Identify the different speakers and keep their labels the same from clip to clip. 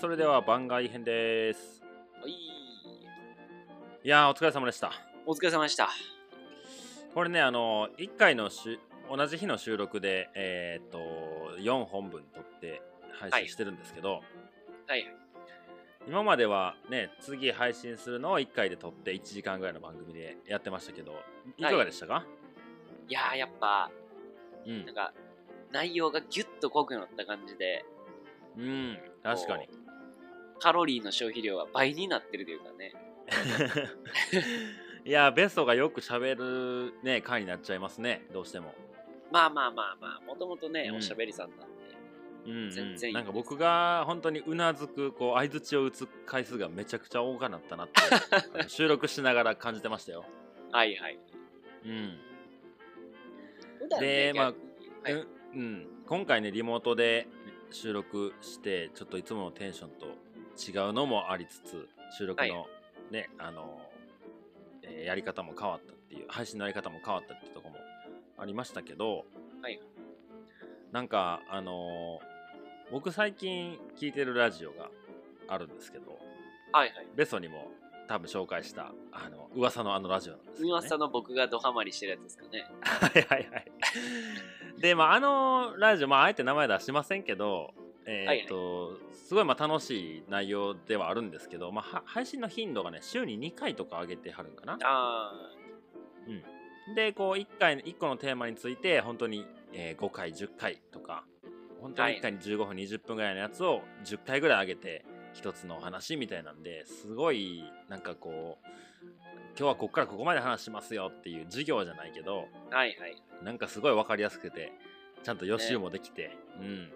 Speaker 1: それでは番外編です。
Speaker 2: はい。
Speaker 1: いやー、お疲れ様でした。
Speaker 2: お疲れ様でした。
Speaker 1: これね、あの、1回のしゅ同じ日の収録で、えーっと、4本分撮って配
Speaker 2: はい
Speaker 1: 信してるんですけど、
Speaker 2: はい。
Speaker 1: 今まではね、次配信するのを1回で撮って1時間ぐらいの番組でやってましたけど、いかがでしたか、
Speaker 2: いやー、やっぱ、
Speaker 1: うん
Speaker 2: なん。か、内容がギュッと濃くなった感じで、
Speaker 1: うん、確かに。
Speaker 2: こう。カロリーの消費量は倍になってるというかね。
Speaker 1: いやー、ベストがよく喋るね、回になっちゃいますね、どうしても。
Speaker 2: まあまあまあまあ、もともとね、
Speaker 1: うん
Speaker 2: おしゃべりさんなんで。
Speaker 1: うんうん
Speaker 2: 全然いい
Speaker 1: なんか僕が本当にうなずくこう相づちを打つ回数がめちゃくちゃ多くなったなってあの収録しながら感じてましたよ。
Speaker 2: はいはい。
Speaker 1: うん
Speaker 2: 普段
Speaker 1: で
Speaker 2: ね、
Speaker 1: まあ
Speaker 2: 逆にはい
Speaker 1: うんうん、今回ねリモートで収録してちょっといつものテンションと違うのもありつつ収録の、ねあのえーやり方も変わったっていう配信のやり方も変わったってとこもありましたけど、
Speaker 2: はい
Speaker 1: なんかあのー僕最近聞いてるラジオがあるんですけど
Speaker 2: はいはい。
Speaker 1: ベソにも多分紹介したあの噂のあのラジオなんですけど、ね、
Speaker 2: 噂の僕がドハマりしてるやつですかね。
Speaker 1: はいはいはい。で、まあ、あのラジオ、まあ、あえて名前出しませんけど、えーっと、すごいまあ楽しい内容ではあるんですけど、まあ、は配信の頻度がね、週に2回とか上げてはるんかな。
Speaker 2: あ
Speaker 1: で、こう、1回、一個のテーマについて、本当に、え5回、10回とか、本当に1回に15分、20分ぐらいのやつを10回ぐらい上げて、一つのお話みたいなんで、すごい、なんかこう、今日はここからここまで話しますよっていう授業じゃないけど、
Speaker 2: あ、はいはい。
Speaker 1: なんかすごい分かりやすくてちゃんと予習もできて、うん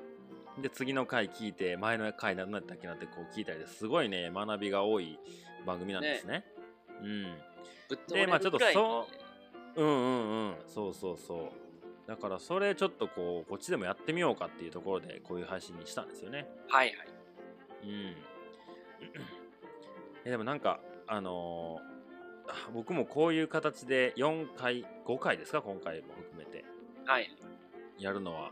Speaker 1: で次の回聞いて前の回何だったっけなってこう聞いたりですごいね学びが多い番組なんですね
Speaker 2: ぶっ飛
Speaker 1: でま
Speaker 2: ば
Speaker 1: あちょ
Speaker 2: れ
Speaker 1: っ
Speaker 2: る
Speaker 1: と
Speaker 2: くらい
Speaker 1: そ
Speaker 2: の
Speaker 1: うん、うんうんうんそうそうそうだからそれちょっとこうこっちでもやってみようかっていうところでこういう配信にしたんですよね
Speaker 2: はいはい。
Speaker 1: うんえでもなんかあのーあ僕もこういう形で4回5回ですか今回も含めて
Speaker 2: はい。
Speaker 1: やるのは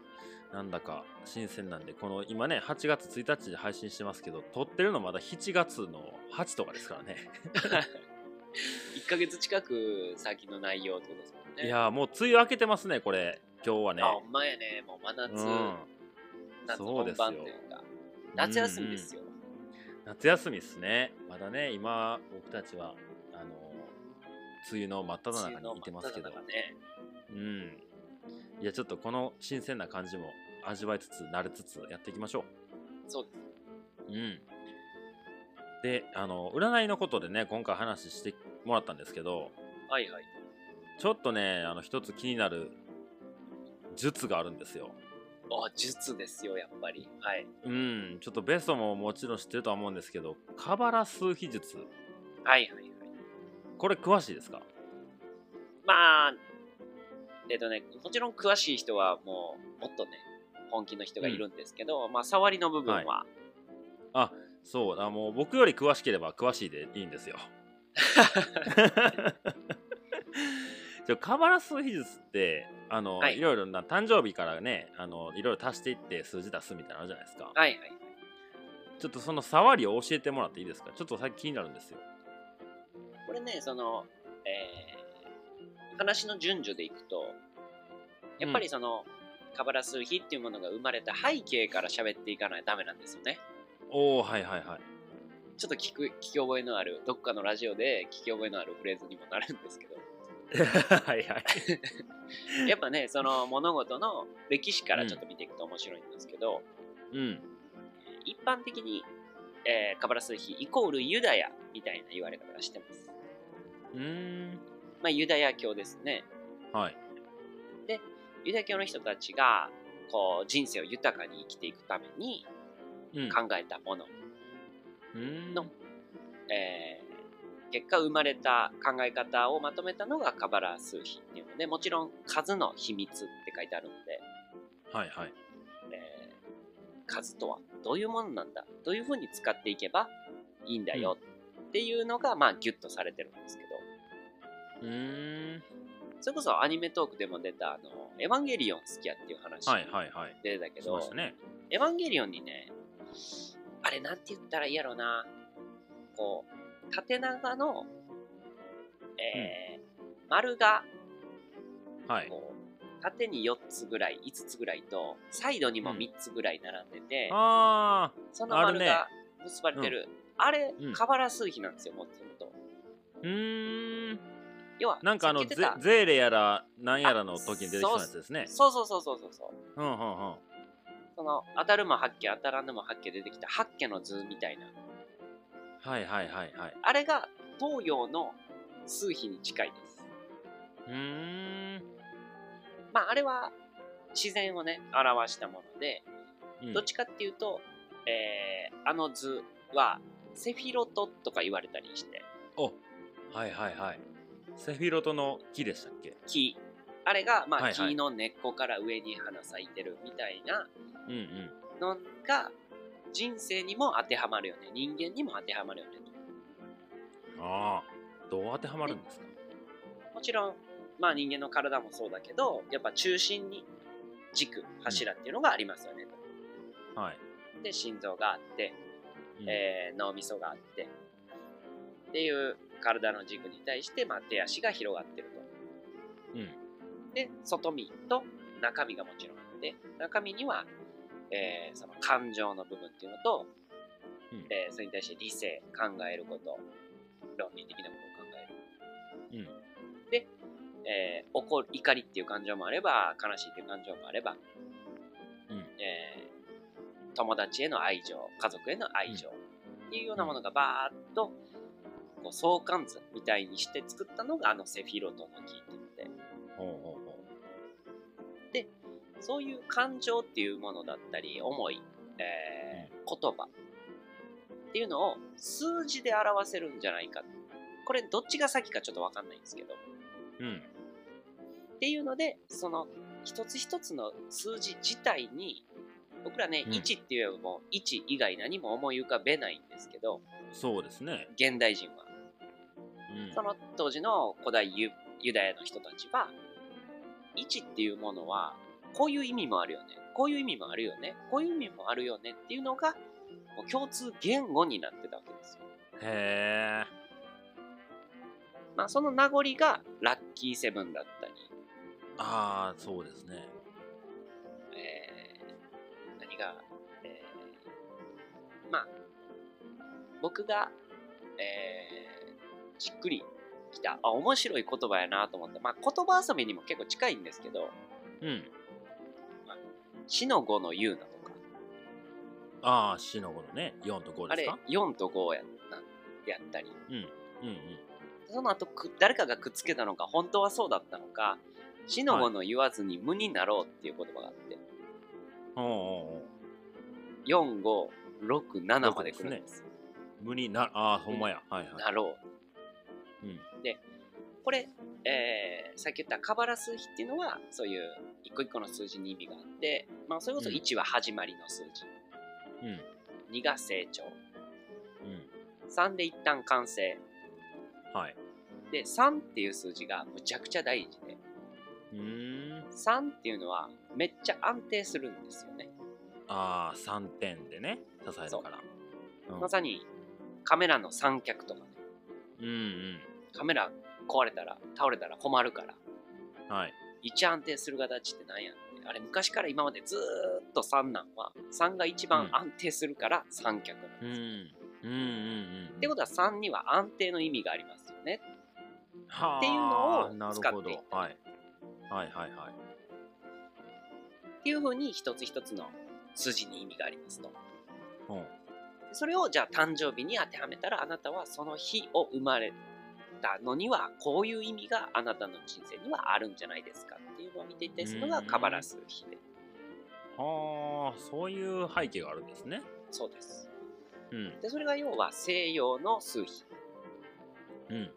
Speaker 1: なんだか新鮮なんでこの今ね8月1日で配信してますけど撮ってるのまだ7月の8とかですからね
Speaker 2: 1ヶ月近く先の内容ってことですもんね。
Speaker 1: いやーもう梅雨明けてますねこれ今日はね
Speaker 2: あ、ほんまやね。もう真夏、夏
Speaker 1: そうで
Speaker 2: 本
Speaker 1: すよ
Speaker 2: 番というか。夏休みです
Speaker 1: よ、うん
Speaker 2: よ。
Speaker 1: うん夏休みですねまだね今僕たちはあのー梅雨の真っ只
Speaker 2: 梅雨
Speaker 1: 中
Speaker 2: の
Speaker 1: にいてますけど
Speaker 2: 真っ只中ね
Speaker 1: うんいやちょっとこの新鮮な感じも味わいつつ慣れつつやっていきましょう
Speaker 2: そうで
Speaker 1: うん。で、あの、占いのことでね、今回話してもらったんですけど、
Speaker 2: す。はいはい。
Speaker 1: ちょっとね、あの、一つ気になる術があるんですよ。
Speaker 2: あ、術ですよ、やっぱり。はい。
Speaker 1: うん、ちょっとベストももちろん知ってるとは思うんですけど、カバラ数秘術、
Speaker 2: はいはいはい。
Speaker 1: これ詳しいですか
Speaker 2: まあ、えっ、とね、もちろん詳しい人はもう、もっとね、本気の人がいるんですけど、まあ、触りの部分は、
Speaker 1: あ、そう、あもう僕より詳しければ詳しいでいいんです よ。ちょカバラ数秘術って、あの、
Speaker 2: はい
Speaker 1: い、ろいろな誕生日からね、あの、いろいろ足していって数字出すみたいなのあるじゃないですか。
Speaker 2: はい、はいはい
Speaker 1: ちょっとその触りを教えてもらっていいですかちょっと最近気になるんですよ。
Speaker 2: これね、その、えー話の順序でいくと、やっぱりその、カバラ数比っていうものが生まれた背景から喋っていかないとダメなんですよね。
Speaker 1: おおはいはいはい。
Speaker 2: ちょっと聞く、聞き覚えのある、どっかのラジオで聞き覚えのあるフレーズにもなるんですけど、
Speaker 1: はいはい。
Speaker 2: やっぱね、その物事の歴史からちょっと見ていくと面白いんですけど、
Speaker 1: うん。
Speaker 2: 一般的に、えーカバラ数比イコールユダヤみたいな言われ方がしてます。
Speaker 1: うーん。
Speaker 2: まあ、ユダヤ教ですね。
Speaker 1: はい。
Speaker 2: ユダヤ教の人たちが、こう、人生を豊かに生きていくために
Speaker 1: うん。
Speaker 2: 考えたもの、
Speaker 1: うーん
Speaker 2: のえー結果生まれた考え方をまとめたのがカバラ数比っていうので、もちろん数の秘密って書いてあるので、
Speaker 1: はいはい。
Speaker 2: えー数とはどういうものなんだどういうふうに使っていけばいいんだよっていうのが、まあ、ギュッとされてるんですけど、
Speaker 1: うーん。
Speaker 2: それこそアニメトークでも出た、あの、エヴァンゲリオン好きやっていう話
Speaker 1: はいはいはい。
Speaker 2: 出てたけ
Speaker 1: し
Speaker 2: ど、
Speaker 1: ましたね。
Speaker 2: エヴァンゲリオンにね、ああれなんて言ったらいいやろうな。こう、縦長の、えー丸が、
Speaker 1: はい。
Speaker 2: こう、縦に4つぐらい、5つぐらいと、サイドにも3つぐらい並んでて、
Speaker 1: あ
Speaker 2: その丸
Speaker 1: あ
Speaker 2: が結ばれてる。あれ
Speaker 1: うん、
Speaker 2: カバラ数比なんですよ、もっと言うと。
Speaker 1: ー。うーん。
Speaker 2: 要は、
Speaker 1: なんかあの、
Speaker 2: 避
Speaker 1: ゼ
Speaker 2: けてた
Speaker 1: ゼーレやら、なんやらの時に出てきたやつですね。
Speaker 2: そうそうそうそうそうそう。
Speaker 1: うんうんうん。
Speaker 2: その、当たるも八家、当たらぬも八家出てきた八家の図みたいな。
Speaker 1: はいはいはいはい。
Speaker 2: あれが東洋の数比に近いです。
Speaker 1: うーん。
Speaker 2: まあ、あれは自然をね、表したもので、
Speaker 1: うん
Speaker 2: どっちかっていうと、えーあの図はセフィロトとか言われたりして、
Speaker 1: おはいはいはい。セフィロトの木でしたっけ
Speaker 2: 木。あれが、まあ、
Speaker 1: はいはい
Speaker 2: 木の根っこから上に花咲いてるみたいな
Speaker 1: うんうん。
Speaker 2: のが、人生にも当てはまるよね。人間にも当てはまるよね。
Speaker 1: ああ。どう当てはまるんですか
Speaker 2: もちろん、まあ人間の体もそうだけど、やっぱ中心に軸、柱っていうのがありますよね。
Speaker 1: はい。
Speaker 2: で、心臓があって、
Speaker 1: うん
Speaker 2: えー脳みそがあって、っていう体の軸に対して、まあ手足が広がってると。
Speaker 1: うん
Speaker 2: で、外身と中身がもちろんあって、中身には、えーその感情の部分っていうのと、
Speaker 1: うん
Speaker 2: えーそれに対して理性、考えること、論理的なことを考える。
Speaker 1: うん。
Speaker 2: えー怒る怒りっていう感情もあれば悲しいっていう感情もあれば、
Speaker 1: うん
Speaker 2: えー友達への愛情家族への愛情っていうようなものがバーッとこう相関図みたいにして作ったのがあのセフィロトの木って言っ
Speaker 1: ほうほうほう。
Speaker 2: てそういう感情っていうものだったり思い、えー言葉っていうのを数字で表せるんじゃないかこれどっちが先かちょっと分かんないんですけど
Speaker 1: うん。
Speaker 2: っていうのでその一つ一つの数字自体に僕らね、
Speaker 1: うん
Speaker 2: 1って言えばもう1以外何も思い浮かべないんですけど
Speaker 1: そうですね。
Speaker 2: 現代人は
Speaker 1: うん
Speaker 2: その当時の古代ユユダヤの人たちは1っていうものはこういう意味もあるよねこういう意味もあるよねこういう意味もあるよねっていうのがもう共通言語になってたわけですよ、
Speaker 1: へえ。
Speaker 2: まあ、その名残がラッキーセブンだったり、
Speaker 1: ああ、そうですね。
Speaker 2: えー何が、えーまあ、僕が、えーしっくりきた、あ、面白い言葉やなと思って、まあ、言葉遊びにも結構近いんですけど、
Speaker 1: うん。
Speaker 2: 死の5の言うなとか、
Speaker 1: ああ、死の子のね、4と5
Speaker 2: あ
Speaker 1: です
Speaker 2: れ
Speaker 1: か、
Speaker 2: 4と5やなやったり、
Speaker 1: うんうん。
Speaker 2: その後く、誰かがくっつけたのか、本当はそうだったのか、死の5の言わずに無になろうっていう言葉があって、
Speaker 1: おうおうおう
Speaker 2: 4、5、6、7まで来るんですよ。
Speaker 1: 無にな、ああ、ほんまや。はいはい。
Speaker 2: なろう。
Speaker 1: うん
Speaker 2: で、これ、えー、さっき言ったカバラ数比っていうのは、そういう一個一個の数字に意味があって、まあ、それこそ
Speaker 1: うん
Speaker 2: 1は始まりの数字、
Speaker 1: うん。
Speaker 2: 2が成長、
Speaker 1: う
Speaker 2: 3で一旦完成。
Speaker 1: ん。はい。
Speaker 2: で、3っていう数字がむちゃくちゃ大事で、
Speaker 1: うーん。
Speaker 2: 3っていうのはめっちゃ安定するんですよね。
Speaker 1: ああ、3点でね、支えるから。うん
Speaker 2: まさにカメラの三脚とかね、
Speaker 1: うん
Speaker 2: カメラ壊れたら、倒れたら困るから、
Speaker 1: うん。はい。
Speaker 2: 一安定する形ってなんやってあれ昔から今までずーっと三男は3が一番
Speaker 1: うん
Speaker 2: 安定するから三脚なん
Speaker 1: う
Speaker 2: です、
Speaker 1: ん。
Speaker 2: っ
Speaker 1: うんうんうん。
Speaker 2: てことは3には安定の意味がありますよね
Speaker 1: はあ
Speaker 2: っていうのを
Speaker 1: なる
Speaker 2: 使っ
Speaker 1: ほ
Speaker 2: てい
Speaker 1: ど。
Speaker 2: った
Speaker 1: はい。はいはいはい。
Speaker 2: っていうふうに一つ一つの数字に意味がありますと
Speaker 1: うん。
Speaker 2: それをじゃあ誕生日に当てはめたらあなたはその日を生まれたのにはこういう意味があなたの人生にはあるんじゃないですかっていうのを見ていったりするのが
Speaker 1: うん
Speaker 2: カバラ数比で
Speaker 1: はあ、そういう背景があるんですね。
Speaker 2: そうです
Speaker 1: うん。
Speaker 2: でそれが要は西洋の数比
Speaker 1: うん。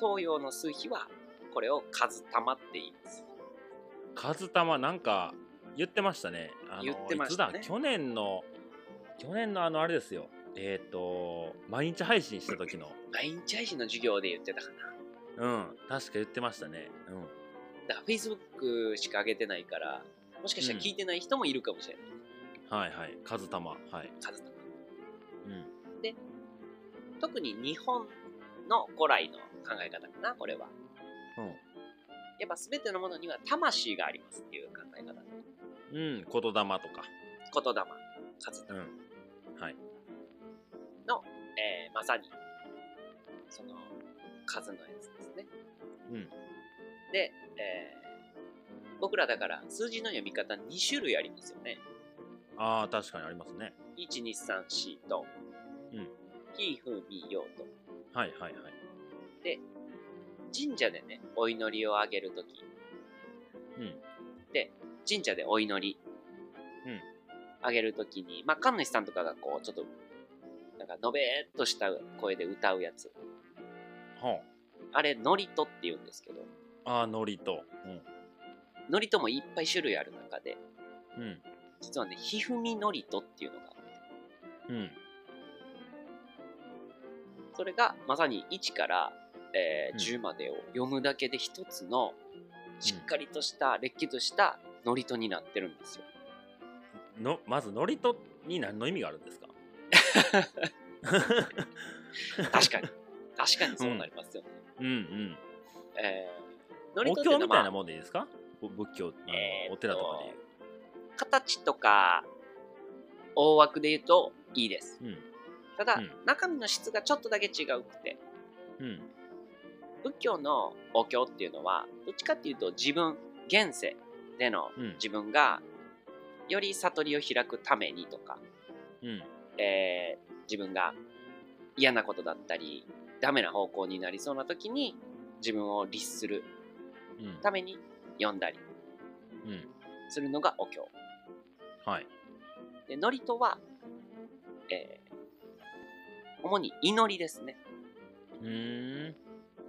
Speaker 2: 東洋の数比はこれを数玉って言います。
Speaker 1: 数玉なんか言ってましたね。あの
Speaker 2: 言ってましたね
Speaker 1: いつだ去年の去年のあのあれですよ。えっ、と毎日配信した時の
Speaker 2: 毎日配信の授業で言ってたかな。
Speaker 1: うん確か言ってましたね。うん
Speaker 2: だから Facebook しか上げてないから、もしかしたら聞いてない人もいるかもしれない。
Speaker 1: はいはい数玉はい
Speaker 2: 数玉。
Speaker 1: うん
Speaker 2: 特に日本の古来の考え方かなこれはやっぱ全てのものには魂がありますっていう考え方
Speaker 1: うん、うん、言霊とか
Speaker 2: 言霊活動、
Speaker 1: うんはい
Speaker 2: えーまさにその数のやつですね
Speaker 1: うん
Speaker 2: で、えー僕らだから数字の読み方2種類ありますよね
Speaker 1: ああ確かにありますね
Speaker 2: 1234と
Speaker 1: うん
Speaker 2: ひふみようと
Speaker 1: はいはいはい
Speaker 2: 神社でねお祈りをあげるとき
Speaker 1: うん
Speaker 2: で神社でお祈り
Speaker 1: うん
Speaker 2: あげるときに、まあ、神主さんとかがこうちょっとなんかのべーっとした声で歌うやつ
Speaker 1: は
Speaker 2: あれノリトって言うんですけど
Speaker 1: あああノリと
Speaker 2: ノリトもいっぱい種類ある中で
Speaker 1: うんうん
Speaker 2: 実はねひふみノリトっていうのが
Speaker 1: うん
Speaker 2: それがまさに1から、えー
Speaker 1: う
Speaker 2: 10までを読むだけで一つのしっかりとした、れっきとしたノリトになってるんですよ。
Speaker 1: のまずノリとに何の意味があるんです か
Speaker 2: 確 かに。確かにそうなりますよね。
Speaker 1: うんうん
Speaker 2: えー、ノリト
Speaker 1: お
Speaker 2: ってい
Speaker 1: 経
Speaker 2: うの
Speaker 1: みた
Speaker 2: は、
Speaker 1: い
Speaker 2: ま
Speaker 1: な
Speaker 2: あ、
Speaker 1: もんでいいですかぼ仏教あの、
Speaker 2: えーと
Speaker 1: お寺とかでいう
Speaker 2: 形とか大枠で言うといいです。
Speaker 1: うん
Speaker 2: ただ、
Speaker 1: うん
Speaker 2: 中身の質がちょっとだけ違うくて、
Speaker 1: うん
Speaker 2: 仏教のお経っていうのは、どっちかっていうと自分、現世での
Speaker 1: うん
Speaker 2: 自分がより悟りを開くためにとか、
Speaker 1: うん
Speaker 2: えー自分が嫌なことだったりダメな方向になりそうな時に自分を律する
Speaker 1: うん
Speaker 2: ために読んだり
Speaker 1: うん
Speaker 2: するのがお経
Speaker 1: はい
Speaker 2: で祝詞は、えー主に祈りですね
Speaker 1: うーん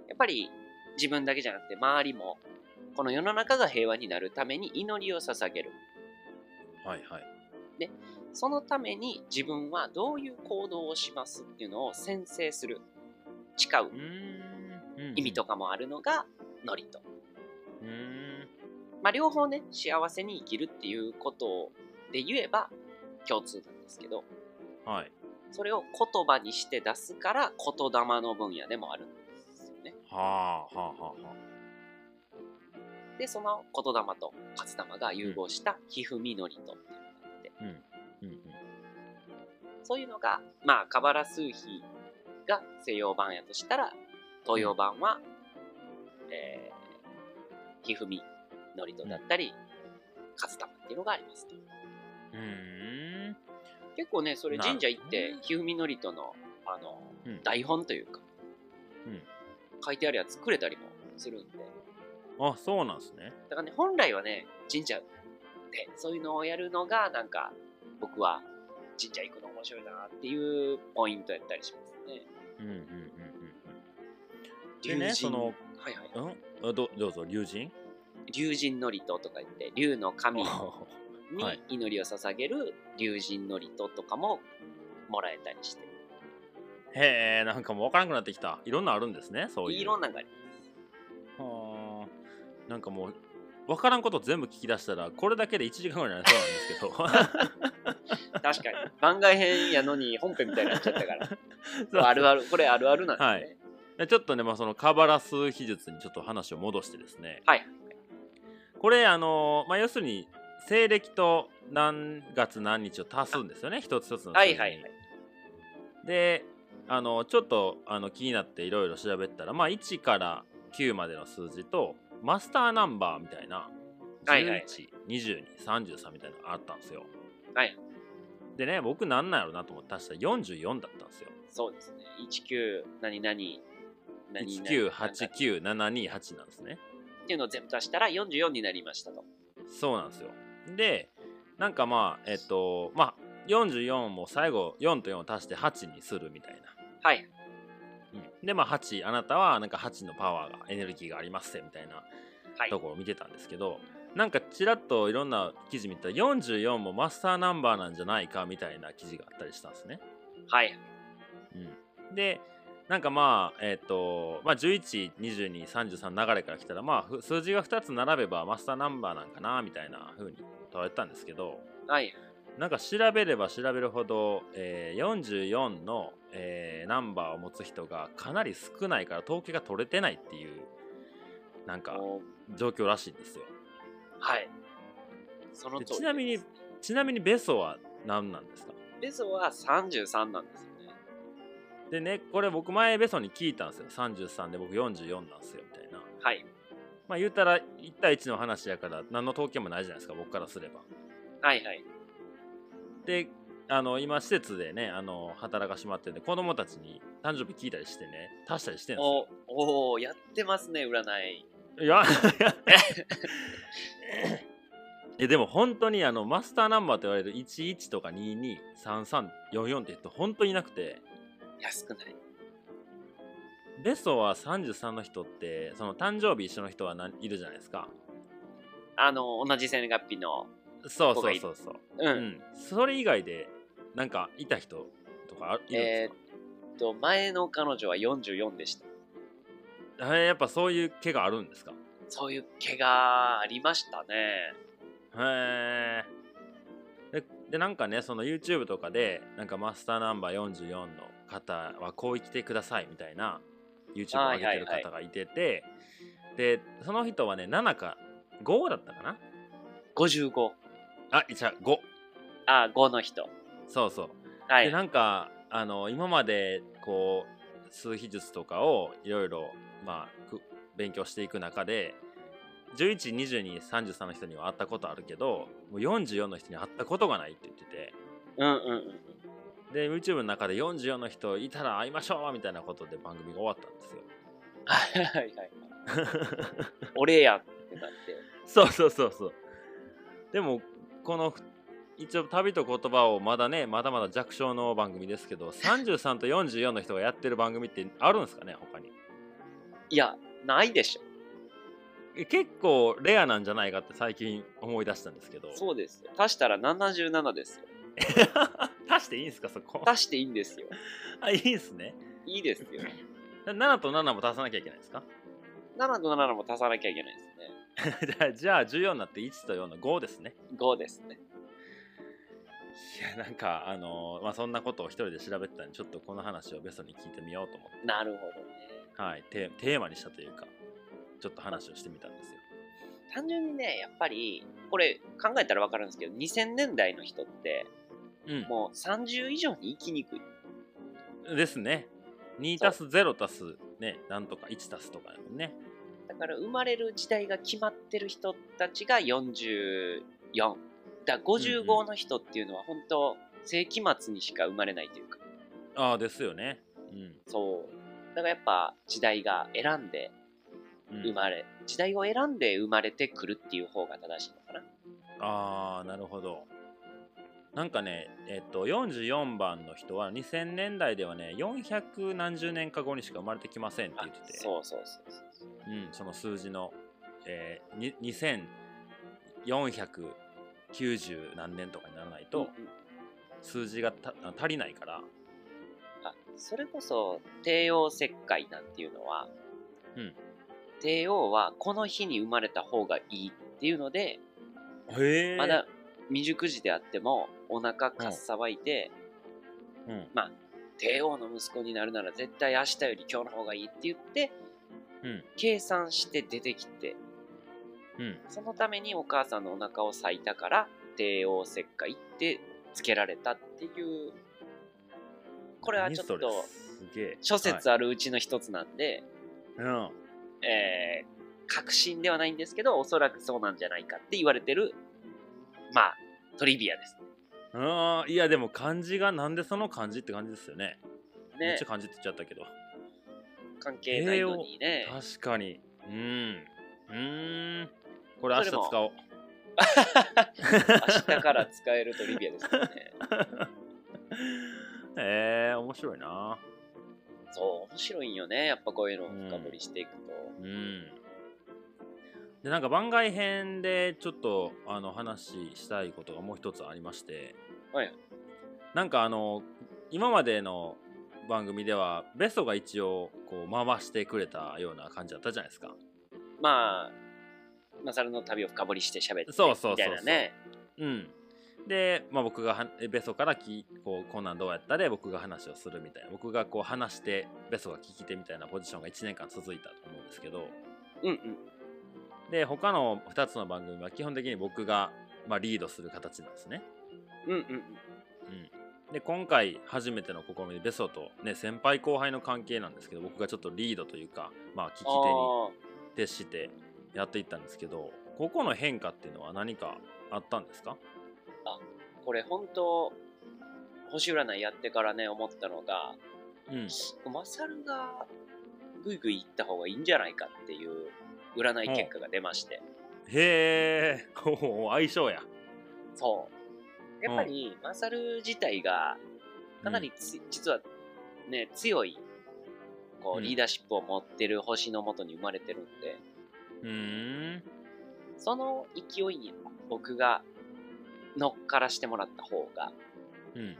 Speaker 2: やっぱり自分だけじゃなくて周りもこの世の中が平和になるために祈りを捧げる
Speaker 1: はいはい
Speaker 2: そのために自分はどういう行動をしますっていうのを宣誓する誓う
Speaker 1: うーん
Speaker 2: 意味とかもあるのが祝詞
Speaker 1: うーん
Speaker 2: まあ、両方ね幸せに生きるっていうことで言えば共通なんですけど
Speaker 1: はい
Speaker 2: それを言葉にして出すから言霊の分野でもあるんですよね
Speaker 1: はあはあはあは
Speaker 2: でその言霊と活霊が融合した「ひふみのりと」っていうのがあって
Speaker 1: あうんうんうん
Speaker 2: そういうのがまあカバラスーヒが西洋版やとしたら東洋版は、えー、ひふみのりとだったり、活霊っていうのがありますと
Speaker 1: うーん
Speaker 2: 結構ねそれ
Speaker 1: なる
Speaker 2: 神社行って
Speaker 1: うん
Speaker 2: ひふみのりとのあの、
Speaker 1: うん
Speaker 2: 台本というか、
Speaker 1: うん
Speaker 2: 書いてあるやつくれたりもするんでだ
Speaker 1: あそうなんですね
Speaker 2: からね本来はね神社でそういうのをやるのがなんか僕は神社行くの面白いなっていうポイントやったりしますね。
Speaker 1: うんうんうんうんうんでねその
Speaker 2: はいはい、
Speaker 1: うんあどどうぞ龍 神
Speaker 2: 龍神のりととか言って龍の神に
Speaker 1: おーはい
Speaker 2: 祈りを捧げる龍神のりととかももらえたりして
Speaker 1: へえなんかもう分からなくなってきたいろんなあるんですねそういう
Speaker 2: いろんなのがあります。
Speaker 1: はあなんかもう分からんこと全部聞き出したらこれだけで1時間ぐらいになりそうなんですけど
Speaker 2: 確かに番外編やのに本編みたいになっちゃったから
Speaker 1: そう
Speaker 2: あるあるこれあるあるなんですね、
Speaker 1: でちょっとね、まあ、そのカバラ数秘術にちょっと話を戻してですね
Speaker 2: はい、
Speaker 1: これあのまあ要するに西暦と何月何日を足すんですよね一つ一つの数字に
Speaker 2: はいはいはい
Speaker 1: であのちょっとあの気になっていろいろ調べたら、まあ、1から9までの数字とマスターナンバーみたいな
Speaker 2: はいはいはい
Speaker 1: 112233みたいなのがあったんですよ。
Speaker 2: はい
Speaker 1: でね僕なんなんやろなと思って足したら44だったんですよ。
Speaker 2: そうですね19何々何々
Speaker 1: 1989728なんですね。
Speaker 2: っていうのを全部足したら44になりましたと
Speaker 1: そうなんですよ。でなんかまあえっとまあ44も最後4と4を足して8にするみたいな。
Speaker 2: はい
Speaker 1: でまあ8あなたはなんか8のパワーがエネルギーがありますぜみたいな
Speaker 2: はい
Speaker 1: ところを見てたんですけど、なんかちらっといろんな記事見たら44もマスターナンバーなんじゃないかみたいな記事があったりしたんですね。
Speaker 2: はい
Speaker 1: うん、でなんかまあえっ、と、まあ、112233の流れから来たらまあふ数字が2つ並べばマスターナンバーなんかなみたいな風に捉えてたんですけど
Speaker 2: はい
Speaker 1: なんか調べれば調べるほど、えー44の、えーナンバーを持つ人がかなり少ないから統計が取れてないっていうなんか
Speaker 2: お
Speaker 1: 状況らしいんですよ
Speaker 2: はい。その通りです
Speaker 1: ちなみに、ちなみにベソは何なんですか
Speaker 2: ベゾは33なんですよね。
Speaker 1: でねこれ僕前ベソに聞いたんですよ33で僕44なんですよみたいな
Speaker 2: はい。
Speaker 1: まあ言うたら1対1の話やから何の統計もないじゃないですか僕からすれば
Speaker 2: はいはい。
Speaker 1: であの今施設でねあの働かしてもらってるんで子供たちに誕生日聞いたりしてね足したりしてるんですよ
Speaker 2: おおーやってますね、占い。
Speaker 1: いや えでも本当にあのマスターナンバーと言われる11とか223344って人本当にいなくて
Speaker 2: 安くない。
Speaker 1: ベソは33の人ってその誕生日一緒の人は何いるじゃないですか
Speaker 2: あの、同じ生年月日の。
Speaker 1: そうそうそうそう、
Speaker 2: う。
Speaker 1: うんん、それ以外でなんかいた人とかあいるんですか、
Speaker 2: と前の彼女は44でした。
Speaker 1: えーやっぱそういう毛があるんですか
Speaker 2: そういう毛がありましたね。
Speaker 1: へえででなんかねその YouTube とかでなんかマスターナンバー44の方はこう生きてくださいみたいな YouTube を上げてる方がいてて、でその人はね7か5だったかな
Speaker 2: 55。
Speaker 1: あいや5
Speaker 2: あ、5の人。
Speaker 1: そうそう
Speaker 2: は
Speaker 1: で
Speaker 2: い。
Speaker 1: なんかあの今までこう数秘術とかをいろいろまあく勉強していく中で112233の人には会ったことあるけどもう44の人に会ったことがないって言ってて
Speaker 2: うんうんうん。
Speaker 1: で YouTube の中で44の人いたら会いましょうみたいなことで番組が終わったんですよ。
Speaker 2: はいはいはい。 俺やんってなって。
Speaker 1: そうそうそうそう。でもこの一応旅と言葉をまだねまだまだ弱小の番組ですけど33と44の人がやってる番組ってあるんですかね他に。
Speaker 2: いや、ないでしょ。
Speaker 1: え結構レアなんじゃないかって最近思い出したんですけど
Speaker 2: そうですよ。足したら77ですよ。
Speaker 1: 足していいんすかそこ
Speaker 2: 足していいんですよ。
Speaker 1: あいいんすね
Speaker 2: いいですよ。
Speaker 1: な7と7も足さなきゃいけないんですか
Speaker 2: 7と7も足さなきゃいけないですね。
Speaker 1: じゃあじゃあ14になって1と4の5ですね
Speaker 2: 5ですね。
Speaker 1: いやなんかあのーまあ、そんなことを一人で調べてたんでちょっとこの話をベストに聞いてみようと思って
Speaker 2: なるほどね。
Speaker 1: はいテーテーマにしたというかちょっと話をしてみたんですよ
Speaker 2: 単純にね、やっぱり、これ考えたらわかるんですけど、2000年代の人って、
Speaker 1: うん
Speaker 2: もう30以上に生きにくい。
Speaker 1: ですね2
Speaker 2: そう
Speaker 1: 足す0足すねなんとか1足すとかやもんね
Speaker 2: だから生まれる時代が決まってる人たちが44。だから
Speaker 1: うんう
Speaker 2: 55
Speaker 1: ん
Speaker 2: の人っていうのは本当、世紀末にしか生まれないというか。
Speaker 1: ああですよねうん
Speaker 2: そう。だからやっぱ時代が選んで
Speaker 1: うん、
Speaker 2: 生まれ、時代を選んで生まれてくるっていう方が正しいのかな。
Speaker 1: あーなるほどなんかねえっと44番の人は2000年代ではね400何十年か後にしか生まれてきませんって言ってて
Speaker 2: そうそうそうそ
Speaker 1: う
Speaker 2: う。
Speaker 1: ん、その数字の、えーに2490何年とかにならないと
Speaker 2: うんうん
Speaker 1: 数字がたあ足りないから、
Speaker 2: あそれこそ帝王切開なんていうのは、
Speaker 1: うん
Speaker 2: 帝王はこの日に生まれた方がいいっていうので、
Speaker 1: へえ
Speaker 2: まだ未熟児であってもお腹かっさばいて、
Speaker 1: うん
Speaker 2: 帝王の息子になるなら絶対明日より今日の方がいいって言って、
Speaker 1: うん
Speaker 2: 計算して出てきて
Speaker 1: うん
Speaker 2: そのためにお母さんのお腹を裂いたから帝王切開ってつけられたっていうこれはちょっと
Speaker 1: 何それすげえ
Speaker 2: 諸説あるうちの一つなんで、
Speaker 1: はい
Speaker 2: えー確信ではないんですけどおそらくそうなんじゃないかって言われてるまあトリビアです
Speaker 1: うんあーいやでも漢字がなんでその漢字って感じですよねめ
Speaker 2: ね
Speaker 1: っちゃ漢字って言っちゃったけど
Speaker 2: 関係ないのにね
Speaker 1: 確かにうんうーんこれ明日
Speaker 2: それも
Speaker 1: 使おう
Speaker 2: 明日から使えるトリビアですから ね
Speaker 1: えー、面白いな
Speaker 2: そう面白いんよねやっぱこういうのを深掘りしていくと、
Speaker 1: うんでなんか番外編でちょっとあの話したいことがもう一つありまして
Speaker 2: はい
Speaker 1: なんかあの今までの番組ではベストが一応こう回してくれたような感じだったじゃないですか
Speaker 2: まあマサルの旅を深掘りして喋って
Speaker 1: そうそうそうそう
Speaker 2: みたいなね
Speaker 1: うんで、まあ、僕がはベソからきこうこんなんどうやったで僕が話をするみたいな僕がこう話してベソが聞き手みたいなポジションが1年間続いたと思うんですけど
Speaker 2: うんうん。
Speaker 1: で他の2つの番組は基本的に僕が、まあ、リードする形なんですね。
Speaker 2: うんうん
Speaker 1: うん、で今回初めての試みでベソと、ね、先輩後輩の関係なんですけど僕がちょっとリードというか、まあ、聞き
Speaker 2: あ
Speaker 1: 手に
Speaker 2: ー
Speaker 1: 徹してやっていったんですけどここの変化っていうのは何かあったんですか
Speaker 2: これ本当星占いやってからね思ったのが
Speaker 1: うん
Speaker 2: マサルがグイグイ行った方がいいんじゃないかっていう占い結果が出まして、
Speaker 1: へえ 相性や
Speaker 2: そうやっぱりマサル自体がかなりつ、実はね強いこ
Speaker 1: う
Speaker 2: うんリーダーシップを持ってる星のもとに生まれてるんで
Speaker 1: うんうーん
Speaker 2: その勢いに僕が乗っからしてもらった方が
Speaker 1: うん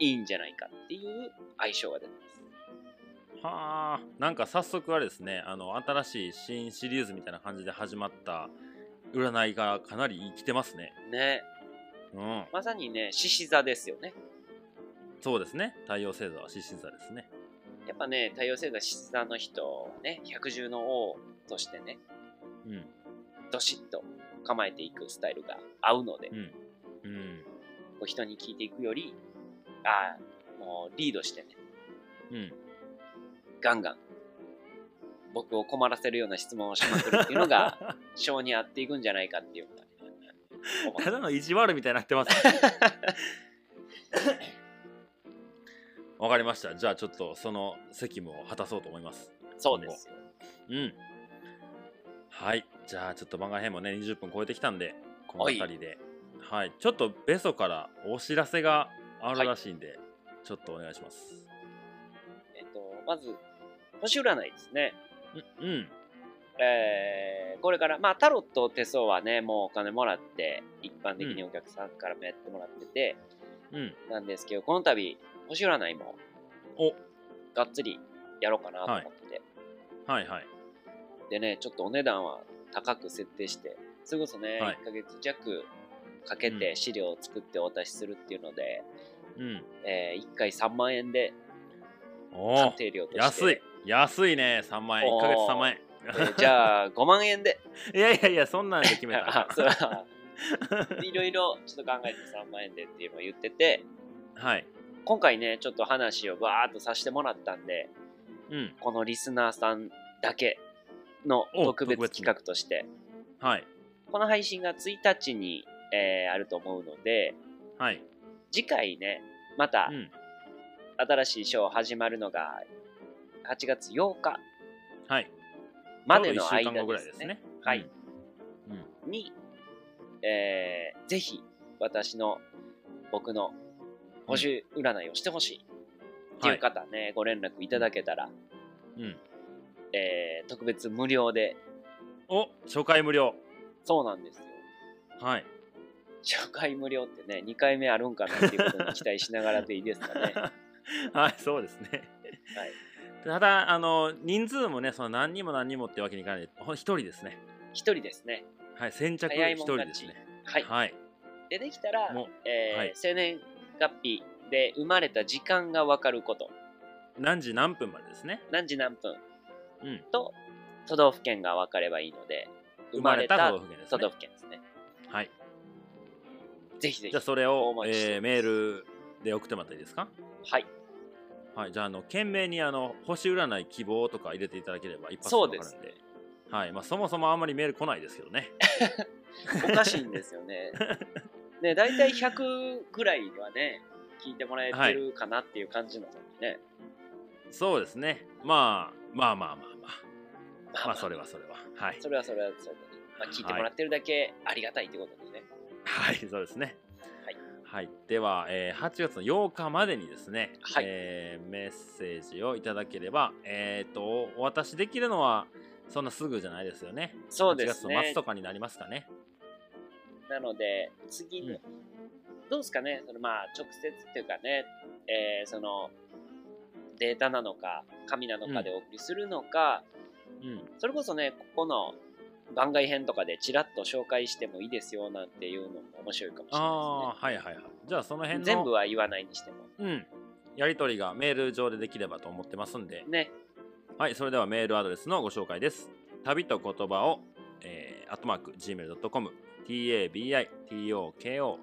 Speaker 2: いいんじゃないかっていう相性が出てます
Speaker 1: はあなんか早速あれですねあの新しい新シリーズみたいな感じで始まった占いがかなり生きてますね
Speaker 2: ね
Speaker 1: うん
Speaker 2: まさにね獅子座ですよね
Speaker 1: そうですね太陽星座は獅子座ですね
Speaker 2: やっぱね、太陽星座獅子座の人をね、百獣の王としてね、
Speaker 1: うん
Speaker 2: どしっと構えていくスタイルが合うので、こ
Speaker 1: うんうん
Speaker 2: う人に聞いていくより、ああ、もうリードしてね、
Speaker 1: うん
Speaker 2: ガンガン、僕を困らせるような質問をしまくるっていうのが、性に合っていくんじゃないかっていうのがね思った
Speaker 1: ただの意地悪みたいになってますね わかりましたじゃあちょっとその責務を果たそうと思います
Speaker 2: そうですよ。
Speaker 1: うんはいじゃあちょっと番外編もね20分超えてきたんでこの辺りではい、ちょっとベソからお知らせがあるらしいんで、ちょっとお願いします
Speaker 2: えっと、まず、星占いですね。
Speaker 1: うんうん
Speaker 2: えーこれから、まあ、タロット手相はね、もうお金もらって、一般的にお客さんからもやってもらってて、
Speaker 1: うん
Speaker 2: なんですけど、この度、星占いも、
Speaker 1: お
Speaker 2: がっつりやろうかなと思ってて、
Speaker 1: はいはい
Speaker 2: でね、ちょっとお値段は高く設定して、それこそね、
Speaker 1: はい
Speaker 2: 1ヶ月弱かけ
Speaker 1: う
Speaker 2: て資料を作ってお渡しするっていうので、
Speaker 1: うん
Speaker 2: え1回3万円で
Speaker 1: お
Speaker 2: 鑑
Speaker 1: お
Speaker 2: 定料として、
Speaker 1: 安い安いね3万円1
Speaker 2: おー
Speaker 1: ヶ月3万円
Speaker 2: えーじゃあ5万円 で、
Speaker 1: いやいやいやそんなんで決めたら
Speaker 2: あそれはいろいろちょっと考えて3万円でっていうのを言ってて、
Speaker 1: はい
Speaker 2: 今回ね、ちょっと話をバーっとさせてもらったんで、
Speaker 1: うん
Speaker 2: このリスナーさんだけの
Speaker 1: お
Speaker 2: 特別
Speaker 1: 特別
Speaker 2: 企画として、
Speaker 1: はい
Speaker 2: この配信が1日に、えーあると思うので、
Speaker 1: はい
Speaker 2: 次回ね、また
Speaker 1: うん
Speaker 2: 新しいショー始まるのが8月8日
Speaker 1: はい
Speaker 2: までの
Speaker 1: ちょうど一週間
Speaker 2: 間
Speaker 1: 後ぐ
Speaker 2: で
Speaker 1: らい
Speaker 2: す
Speaker 1: で
Speaker 2: ね
Speaker 1: すね
Speaker 2: はい、
Speaker 1: うんうん
Speaker 2: に、えーぜひ私の僕の星占いをしてほしいっていう方ね、ご連絡いただけたら、
Speaker 1: うん
Speaker 2: えー特別無料で
Speaker 1: お初回無料
Speaker 2: そうなんですよ
Speaker 1: はい
Speaker 2: 初回無料ってね2回目あるんかなっていうことに期待しながらでいいですかね
Speaker 1: はいそうですね、
Speaker 2: はい、
Speaker 1: ただあの人数もねその何人も何人もってわけにいかないでほん一人ですね
Speaker 2: 一人ですね
Speaker 1: はい先着
Speaker 2: 早い
Speaker 1: 一
Speaker 2: もん
Speaker 1: 人
Speaker 2: 勝
Speaker 1: で
Speaker 2: ち
Speaker 1: すね
Speaker 2: はい
Speaker 1: はい
Speaker 2: でできたら
Speaker 1: もう、
Speaker 2: えー
Speaker 1: はい
Speaker 2: 生年月日で生まれた時間が分かること
Speaker 1: 何時何分までですね
Speaker 2: 何時何分
Speaker 1: うん
Speaker 2: と都道府県が分かればいいので
Speaker 1: 生まれた都道府県です
Speaker 2: 都
Speaker 1: ね
Speaker 2: 道府県ですね
Speaker 1: はい
Speaker 2: ぜひぜひ
Speaker 1: じゃあそれを
Speaker 2: お待ちして
Speaker 1: えー
Speaker 2: おります
Speaker 1: メールで送ってもらっていいですか
Speaker 2: はい
Speaker 1: はい、じゃああの懸命にあの星占い希望とか入れていただければ一発でわかるんで
Speaker 2: そうで
Speaker 1: はいまあ、そもそもあんまりメール来ないですけどね
Speaker 2: おかしいんですよ ねね大体100ぐらいにはね聞いてもらえてるかなっていう感じなのでね、
Speaker 1: そうですねまあまあまあまあま
Speaker 2: ま
Speaker 1: あまあそれ
Speaker 2: は
Speaker 1: はそれははい
Speaker 2: それはそれはそれでね、まあ、聞いてもらってるだけありがたいってことですね
Speaker 1: はいそうですね
Speaker 2: はい、
Speaker 1: はい、では、えー8月の8日までにですね、
Speaker 2: はい
Speaker 1: えーメッセージをいただければえっ、とお渡しできるのはそんなすぐじゃないですよね
Speaker 2: そうです
Speaker 1: 8月の末
Speaker 2: ね
Speaker 1: とかになりますかね
Speaker 2: なので次に、
Speaker 1: うん
Speaker 2: どうですかねそのまあ直接っていうかね、えーそのデータなのか紙なのかでお送りするのか、
Speaker 1: うん
Speaker 2: それこそねここの番外編とかでちらっと紹介してもいいですよなんていうのも面白いかもしれ
Speaker 1: あ
Speaker 2: な
Speaker 1: あーはいはいはいじゃあその
Speaker 2: いです
Speaker 1: 辺の
Speaker 2: ね全部は言わないにしても
Speaker 1: うんやり取りがメール上でできればと思ってますんで
Speaker 2: ね
Speaker 1: はい、それではメールアドレスのご紹介です。旅と言葉を、えー、アットマーク、gmail.com、tabitokotobawO、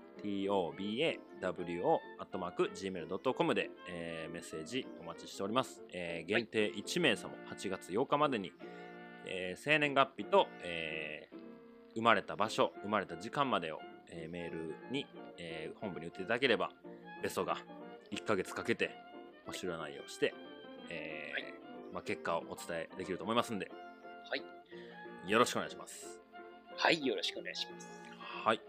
Speaker 1: アットマーク、gmail.com で、えーメッセージお待ちしております。えー限定1名様、8月8日までに、えー生年月日と、えー生まれた場所、生まれた時間までを、えーメールに、えー本部に打っていただければ、ベソが1ヶ月かけて、お知らないをして、えー
Speaker 2: はい
Speaker 1: まあ、結果をお伝えできると思いますんで、
Speaker 2: はい
Speaker 1: よろしくお願いします。
Speaker 2: はいよろしくお願いします
Speaker 1: はい。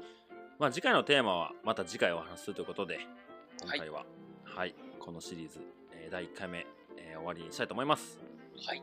Speaker 1: まあ、次回のテーマは、また次回お話しするということで、今回は、はい、このシリーズ、えー第1回目、えー終わりにしたいと思います。
Speaker 2: はい